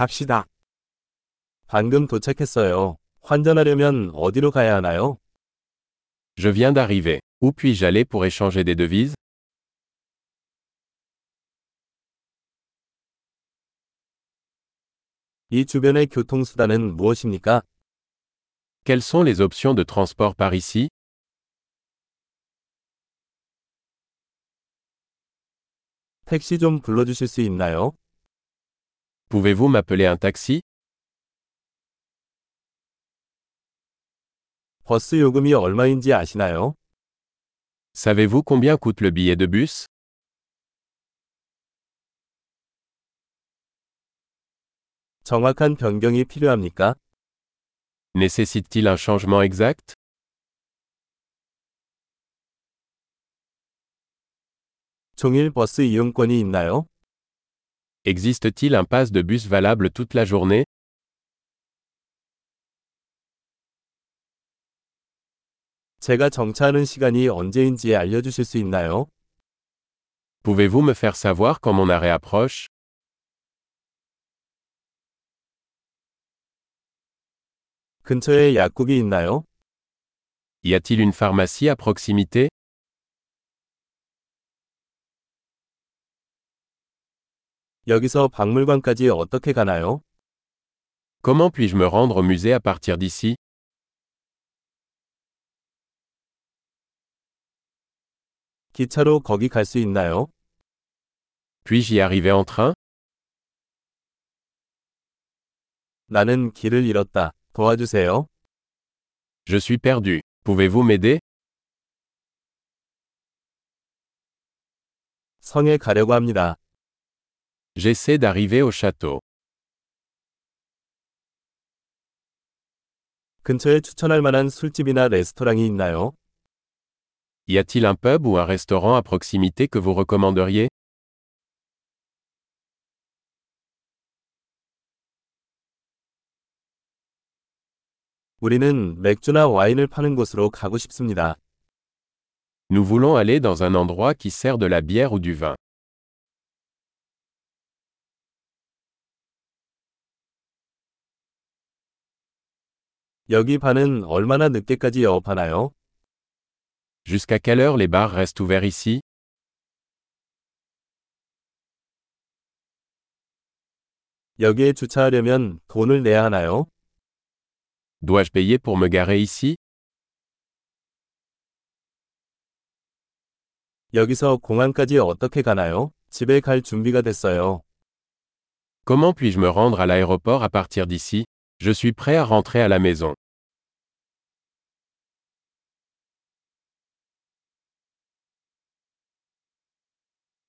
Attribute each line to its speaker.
Speaker 1: 갑시다.
Speaker 2: 방금 도착했어요. 환전하려면 어디로 가야 하나요?
Speaker 3: Je viens d'arriver. Où puis-je aller pour échanger des devises
Speaker 2: 이 주변의 교통수단은 무엇입니까?
Speaker 3: Quelles sont les options de transport par ici
Speaker 2: 택시 좀 불러주실 수 있나요?
Speaker 3: Pouvez-vous m'appeler un taxi
Speaker 2: 버스 요금이 얼마인지 아시나요?
Speaker 3: Savez-vous combien coûte le billet de bus
Speaker 2: 정확한 변경이 필요합니까?
Speaker 3: Nécessite-t-il un changement exact
Speaker 2: 종일 버스 이용권이 있나요?
Speaker 3: Existe-t-il un pass de bus valable toute la journée
Speaker 2: 제가 정차하는 시간이 언제인지 알려주실 수 있나요?
Speaker 3: Pouvez-vous me faire savoir quand mon arrêt approche
Speaker 2: 근처에 약국이 있나요?
Speaker 3: Y a-t-il une pharmacie à proximité
Speaker 2: 여기서 박물관까지 어떻게 가나요?
Speaker 3: Comment puis-je me rendre au musée à partir d'ici
Speaker 2: 기차로 거기 갈 수 있나요?
Speaker 3: Puis-je y arriver en train
Speaker 2: 나는 길을 잃었다. 도와주세요.
Speaker 3: Je suis perdu. Pouvez-vous m'aider
Speaker 2: 성에 가려고 합니다.
Speaker 3: J'essaie d'arriver au château.
Speaker 2: 근처에 추천할 만한 술집이나 레스토랑이 있나요?
Speaker 3: Y a-t-il un pub ou un restaurant à proximité que vous recommanderiez
Speaker 2: 우리는 맥주나 와인을 파는 곳으로 가고 싶습니다.
Speaker 3: Nous voulons aller dans un endroit qui sert de la bière ou du vin.
Speaker 2: 여기 반은 얼마나 늦게까지 영업하나요?
Speaker 3: Jusqu'à quelle heure les bars restent ouverts ici
Speaker 2: 여기에 주차하려면 돈을 내야 하나요?
Speaker 3: Dois-je payer pour me garer ici
Speaker 2: 여기서 공항까지 어떻게 가나요? 집에 갈 준비가 됐어요.
Speaker 3: Comment puis-je me rendre à l'aéroport à partir d'ici Je suis prêt à rentrer à la maison.